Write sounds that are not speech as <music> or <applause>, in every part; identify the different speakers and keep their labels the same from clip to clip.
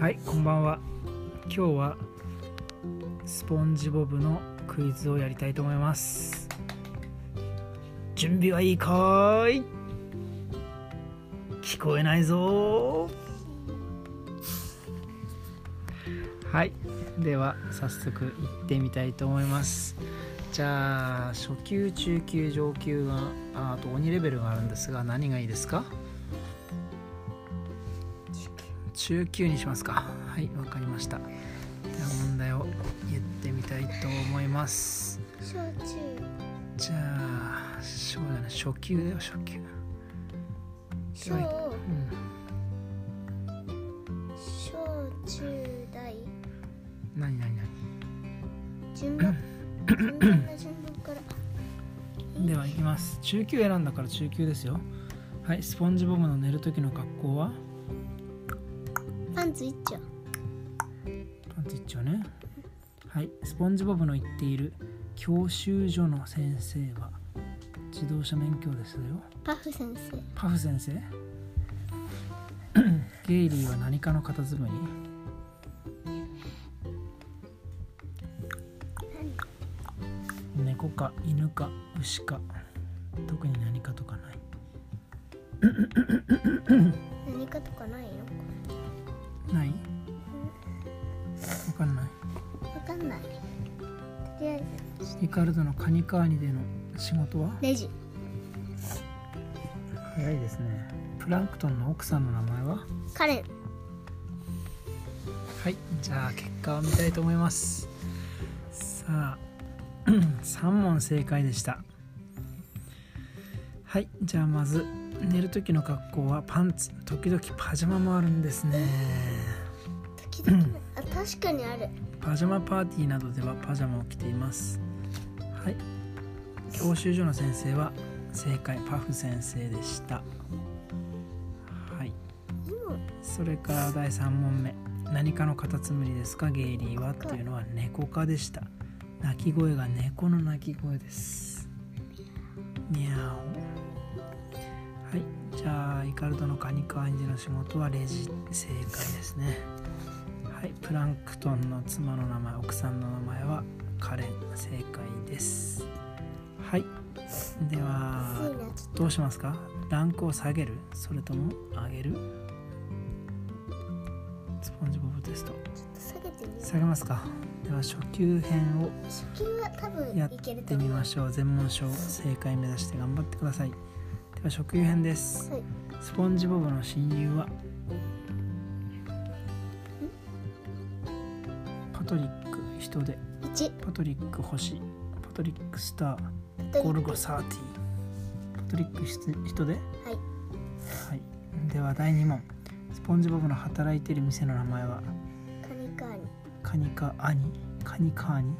Speaker 1: はいこんばんは今日はスポンジボブのクイズをやりたいと思います準備はいいかーい聞こえないぞーはいでは早速行ってみたいと思いますじゃあ初級中級上級がああと鬼レベルがあるんですが何がいいですか中級にしますかはいわかりましたでは問題を言ってみたいと思います
Speaker 2: 焼酎
Speaker 1: じゃあそうだね初級だよ初級
Speaker 2: 小
Speaker 1: はい
Speaker 2: 焼酎大
Speaker 1: 何何
Speaker 2: 順番順番な順番から
Speaker 1: 何ではいきます中級選んだから中級ですよはいスポンジボムの寝る時の格好は
Speaker 2: パンツ一丁
Speaker 1: パンツ一丁ねはいスポンジボブの言っている教習所の先生は自動車免許ですよ
Speaker 2: パフ先生
Speaker 1: パフ先生 <coughs> ゲイリーは何かの片隅に猫か犬か牛か特に何かとかない
Speaker 2: 何かとかないの
Speaker 1: ないわかんない
Speaker 2: わかんないとりあえ
Speaker 1: リカルドのカニカーニでの仕事は
Speaker 2: ずレジ
Speaker 1: 早いですねプランクトンの奥さんの名前は
Speaker 2: カレン
Speaker 1: はいじゃあ結果を見たいと思いますさあ3問正解でしたはいじゃあまず寝る時の格好はパンツ時々パジャマもあるんですね
Speaker 2: 時々あ確かにある
Speaker 1: パジャマパーティーなどではパジャマを着ていますはい教習所の先生は正解パフ先生でしたはい
Speaker 2: 今
Speaker 1: それから第3問目何かのカタツムリですかゲイリーはっていうのは猫科でした鳴き声が猫の鳴き声ですにゃおはいじゃあイカルドのカニカアンジの仕事はレジ正解ですねはいプランクトンの妻の名前奥さんの名前はカレン正解ですはいでは
Speaker 2: 暑いなちょっ
Speaker 1: どうしますかランクを下げるそれとも上げるスポンジボブテスト
Speaker 2: と下げてみよう
Speaker 1: 下げますかでは初級編を
Speaker 2: 初級は多
Speaker 1: や
Speaker 2: 分いけ
Speaker 1: っ
Speaker 2: る
Speaker 1: て
Speaker 2: と
Speaker 1: み
Speaker 2: 思う
Speaker 1: ましょう全問賞正解目指して頑張ってくださいでは初級編です
Speaker 2: はい
Speaker 1: スポンジボブの親友はパトリック人で
Speaker 2: 一
Speaker 1: パトリック星パトリックスタ
Speaker 2: パトリッ
Speaker 1: ー
Speaker 2: ク
Speaker 1: ゴルゴ30パトリック人人で
Speaker 2: はい
Speaker 1: はい、では第2問スポンジボブの働いている店の名前は
Speaker 2: カニカーニ
Speaker 1: カニカアニカニカーニ
Speaker 2: うん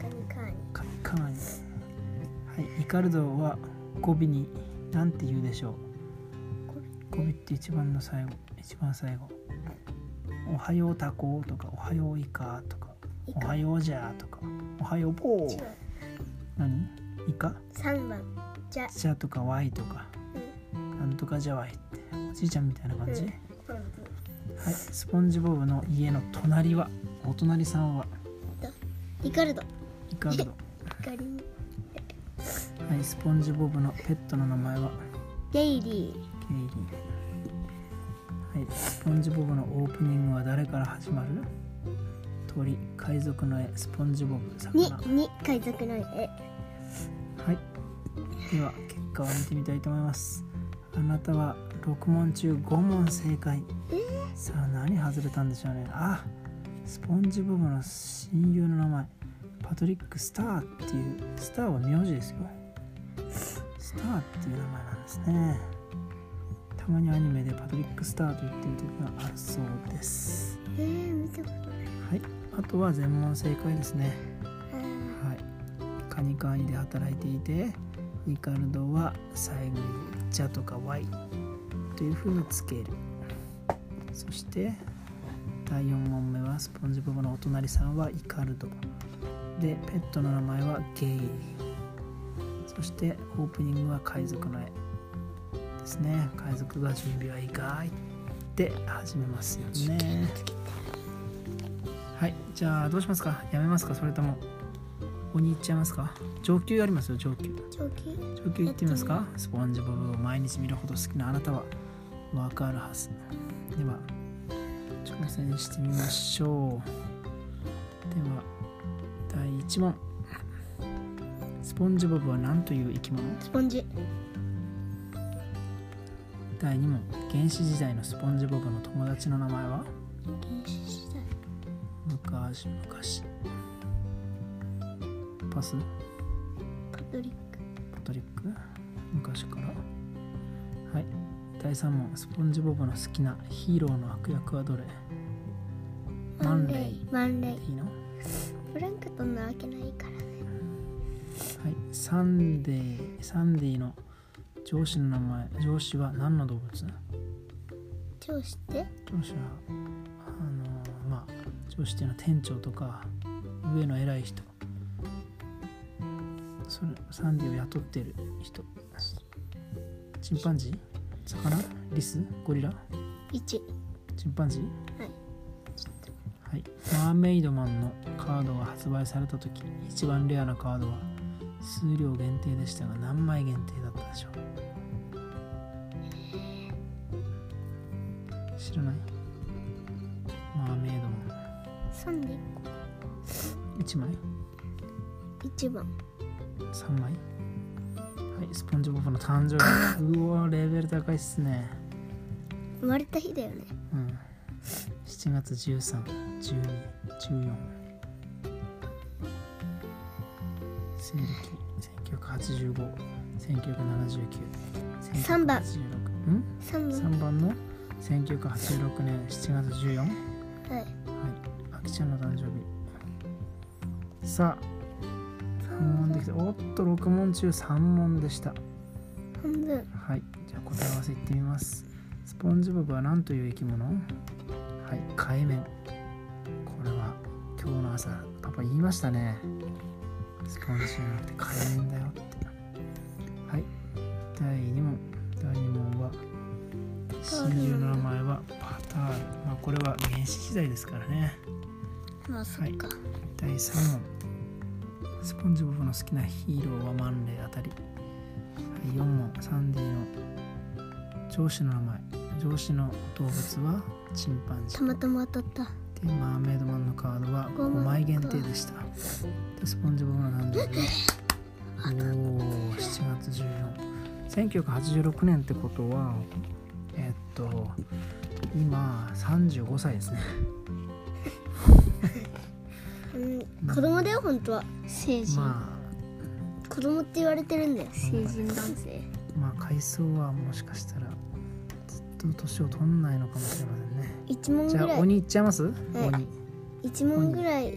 Speaker 2: カニカーニ
Speaker 1: カニカーニはいイカルドは語尾に何て言うでしょう語尾って一番の最後一番最後おはようタコとかおはようイカとか
Speaker 2: イ
Speaker 1: お
Speaker 2: カ
Speaker 1: はようじゃとかおはようポ
Speaker 2: 違
Speaker 1: ー
Speaker 2: う
Speaker 1: 何イカ
Speaker 2: 三番じゃ
Speaker 1: じゃとかワイとか
Speaker 2: う
Speaker 1: なんとかじゃワイっておじいちゃんみたいな感じ、
Speaker 2: うんんうん
Speaker 1: はい、スポンジボブの家の隣はお隣さんは
Speaker 2: イカルド
Speaker 1: イカルド、
Speaker 2: イカリン
Speaker 1: はい、スポンジボブのペットの名前は
Speaker 2: ゲイリー
Speaker 1: ケイリー、はい、スポンジボブのオープニングは誰から始まる鳥海賊の絵スポンジボブ魚
Speaker 2: に
Speaker 1: は
Speaker 2: に海賊の絵
Speaker 1: いでは結果を見てみたいと思いますあなたは6問中5問正解さあ何外れたんでしょうねあスポンジボブの親友の名前パトリック・スターっていうスターは名字ですよスターっていう名前なんですねたまにアニメでパトリック・スターと言ってる時があるそうです
Speaker 2: えー、見たこと
Speaker 1: はいあとは全問正解ですね
Speaker 2: あー
Speaker 1: はいカニカーニで働いていてイカルドは最後に「じゃ」とか「わい」というふうにつけるそして第4問目はスポンジボブのお隣さんはイカルドでペットの名前はゲイリーそしてオープニングは海賊の絵ですね海賊が準備はいいかいって始めますよねはいじゃあどうしますかやめますかそれともここに行っちゃいますか上級ありますよ上級
Speaker 2: 上級
Speaker 1: 上級行ってみますかスポンジボブを毎日見るほど好きなあなたはわかるはずでは挑戦してみましょうでは第1問スポンジボブは何という生き物
Speaker 2: スポンジ
Speaker 1: 第2問原始時代のスポンジボブの友達の名前は
Speaker 2: 原始時代
Speaker 1: 昔昔パス
Speaker 2: パトリック
Speaker 1: パトリック昔からはい第3問スポンジボブの好きなヒーローの悪役はどれマンレイ
Speaker 2: マンレイ
Speaker 1: いいのは
Speaker 2: プランクトンなわけないからね
Speaker 1: いサンデーサンディの上司の名前上司は何の動物上
Speaker 2: 超して
Speaker 1: 司はあのまあ上司っていうのは店長とか上の偉い人それサンディを雇ってる人チンパンジー魚リスゴリラ
Speaker 2: 一
Speaker 1: チンパンジー
Speaker 2: はい
Speaker 1: はい、マーメイドマンのカードが発売された時一番レアなカードは数量限定でしたが何枚限定だったでしょう知らないマーメイドマ
Speaker 2: 三で
Speaker 1: ン1枚
Speaker 2: 一番
Speaker 1: 3枚はいスポンジボブの誕
Speaker 2: <laughs>
Speaker 1: 生日うわレベル高いっすね
Speaker 2: 生まれた日だよね
Speaker 1: うん7月13、12、14西暦1985、1979、
Speaker 2: 三
Speaker 1: 1986
Speaker 2: 番
Speaker 1: ん
Speaker 2: 三番
Speaker 1: ?3 番の1986年7月14はい、
Speaker 2: はい
Speaker 1: あきちゃんの誕生日さあ、3問できたおっと、6問中3問でした
Speaker 2: 半分
Speaker 1: はい、じゃあ答え合わせいってみます。スポンジボブは何という生き物はい、海綿。これは今日の朝、パパ言いましたね。スポンジじゃなくて海綿だよって。はい、第2問。第2問は、真珠の名前はパタール。まあこれは原始時代ですからね。
Speaker 2: まあそっか、
Speaker 1: 第3問スポンジボブの好きなヒーローはマンレーあたり4問サンディの上司の名前上司の動物はチンパンジ
Speaker 2: たまたま当たっ
Speaker 1: ーでマーメイドマンのカードは5
Speaker 2: 五枚
Speaker 1: 枚限定でしたでスポンジボブの誕生日はおお7月14 1986年ってことはえっと今35歳ですね
Speaker 2: た、うん、子供だよ本当は成人、
Speaker 1: まあ
Speaker 2: 子供って言われてるんだよ成人男性
Speaker 1: まあ階層はもしかしたらずっと年を取んないのかもしれませんね
Speaker 2: 一問
Speaker 1: じ
Speaker 2: ぐ
Speaker 1: ゃあ
Speaker 2: らい
Speaker 1: 鬼いっちゃいます鬼
Speaker 2: 一問ぐらい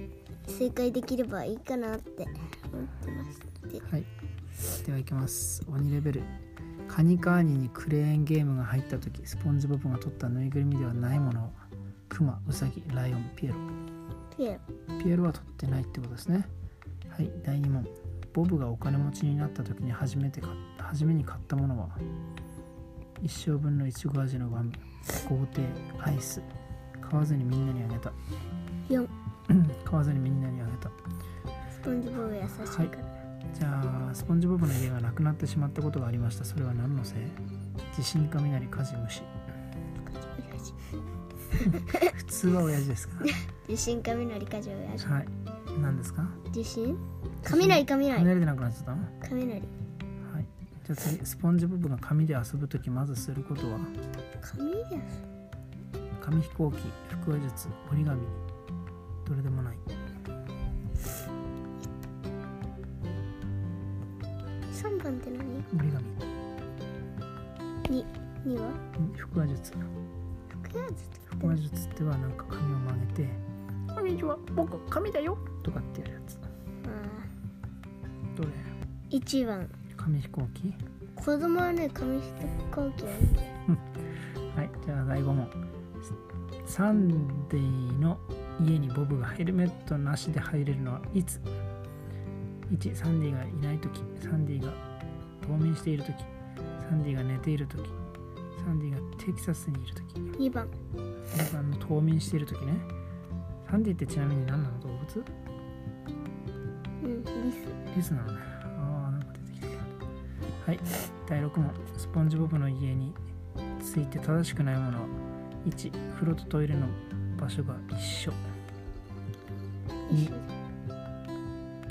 Speaker 2: 正解できればいいかなって思ってますで
Speaker 1: はいではいきます鬼レベルカニカーニにクレーンゲームが入った時スポンジボブが取ったぬいぐるみではないものをクマウサギライオンピエロ
Speaker 2: ピエロ
Speaker 1: ピエロは取ってないってことですねはい第2問ボブがお金持ちになった時に初めて買った初めに買ったものは一生分のいちご味のワン豪邸アイス買わずにみんなにあげた
Speaker 2: 四
Speaker 1: 買わずにみんなにあげた
Speaker 2: スポンジボブ優しいから、
Speaker 1: じゃあスポンジボブの家がなくなってしまったことがありましたそれは何のせい地震雷火事虫
Speaker 2: 嬉しい
Speaker 1: 普通は親父ですか
Speaker 2: 地震雷火事をやる
Speaker 1: らはい何ですか
Speaker 2: 地震雷雷
Speaker 1: 雷でなくなっちゃったの
Speaker 2: 雷
Speaker 1: はい、じゃあ次スポンジボブが紙で遊ぶときまずすることは
Speaker 2: 紙です
Speaker 1: 紙飛行機腹話術折り紙どれでもない
Speaker 2: 三番って何
Speaker 1: 折り紙
Speaker 2: 二二は
Speaker 1: ん腹話術
Speaker 2: 服やつ
Speaker 1: 腹話術ってはなんか紙を曲げて「こんにちは僕紙だよ」とかってやるやつ
Speaker 2: あ
Speaker 1: どれ
Speaker 2: ー一番
Speaker 1: 紙飛行機
Speaker 2: 子供はね紙飛行機なんで
Speaker 1: はいじゃあ第5問サンデーの家にボブがヘルメットなしで入れるのはいつ ?1 サンディがいない時サンディが冬眠している時サンディが寝ている時ササンディがテキサスにいる時
Speaker 2: 2番
Speaker 1: 僕あの冬眠している時ねサンディってちなみに何なの動物
Speaker 2: うんリス
Speaker 1: リスなのねあーなんか出てきたはい第6問スポンジボブの家について正しくないものは1風呂とトイレの場所が一緒
Speaker 2: 一緒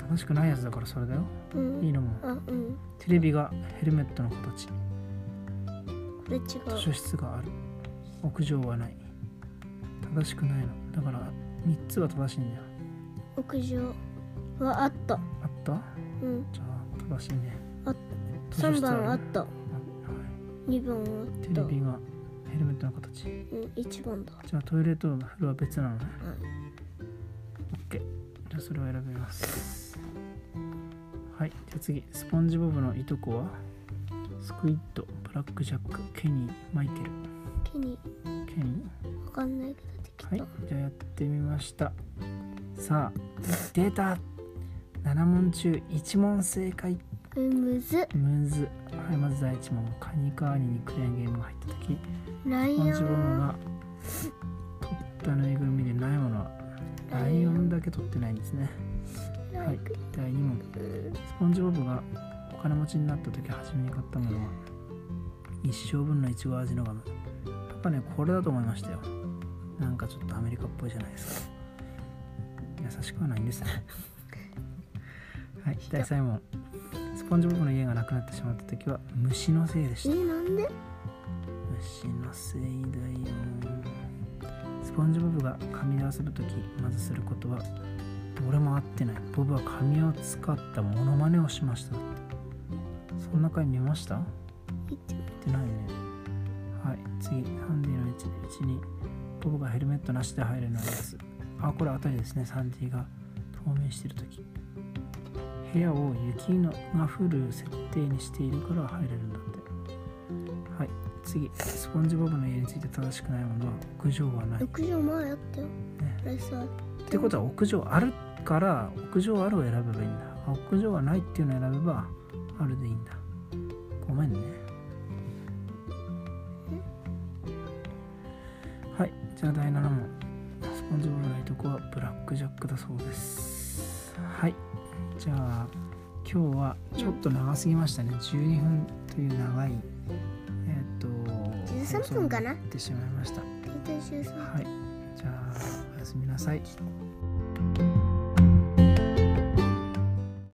Speaker 1: 正しくないやつだからそれだよ
Speaker 2: う
Speaker 1: いい
Speaker 2: ん
Speaker 1: のも
Speaker 2: あうん
Speaker 1: テレビがヘルメットの形
Speaker 2: これ違う
Speaker 1: 図書室がある屋上はない正しくないのだから3つは正しいんだよ
Speaker 2: 屋上はあった
Speaker 1: あった
Speaker 2: うん
Speaker 1: じゃあ正しいね
Speaker 2: あ
Speaker 1: 図書
Speaker 2: 3
Speaker 1: 室ある
Speaker 2: 番あ
Speaker 1: は
Speaker 2: っ
Speaker 1: い
Speaker 2: た2番はあ
Speaker 1: テ
Speaker 2: った
Speaker 1: レビがヘルメットの形
Speaker 2: うん1番だ
Speaker 1: じゃあトイレと風呂は別なのね
Speaker 2: うん
Speaker 1: OK じゃあそれを選びますはいじゃあ次スポンジボブのいとこはスクイッドブラックジャックケニーマイケル
Speaker 2: 気に
Speaker 1: ケニー
Speaker 2: わかんないけどできた、
Speaker 1: はい、じゃあやってみました。さあ、出た。7問中1問正解。
Speaker 2: これむずっ
Speaker 1: ムズ。はい、まず第1問。カニカーニにクレーンゲームが入った時、
Speaker 2: ライ
Speaker 1: スポ
Speaker 2: オ
Speaker 1: ンジボム
Speaker 2: ン
Speaker 1: が取ったぬいぐるみでないものはライオンだけ取ってないんですね。
Speaker 2: ラ
Speaker 1: は
Speaker 2: イ
Speaker 1: い、第2問。スポンジボブがお金持ちになった時初めに買ったものは一生分のいちご味のガム。パパね、これだと思いましたよ。なんかちょっとアメリカっぽいじゃないですか。優しくはないんですね。はい、第3問。スポンジボブの家がなくなってしまった時は虫のせいでした
Speaker 2: え。なんで
Speaker 1: 虫のせいだよスポンジボブが紙で遊ぶときまずすることは俺も合ってないボブは紙を使ったモノマネをしましたそんな回見ました見
Speaker 2: 一番
Speaker 1: てないねはい次サンディの位置うちにボブがヘルメットなしで入れるのですあこれあたりですねサンディが透明してるとき部屋を雪のが降る設定にしているから入れるんだってはい次スポンジボブの家について正しくないものは屋上はない、ね、
Speaker 2: 屋上前あったよこれさ
Speaker 1: ってことは屋上あるから屋上あるを選べばいいんだあ屋上はないっていうのを選べばあるでいいんだごめんねはいじゃあ第7問スポンジボブのいとこはブラックジャックだそうですはいじゃあ今日はちょっと長すぎましたね12分という長いえっ、と
Speaker 2: 13分かな
Speaker 1: 放送になってしまいました
Speaker 2: 大体13
Speaker 1: はい、じゃあおやすみなさい。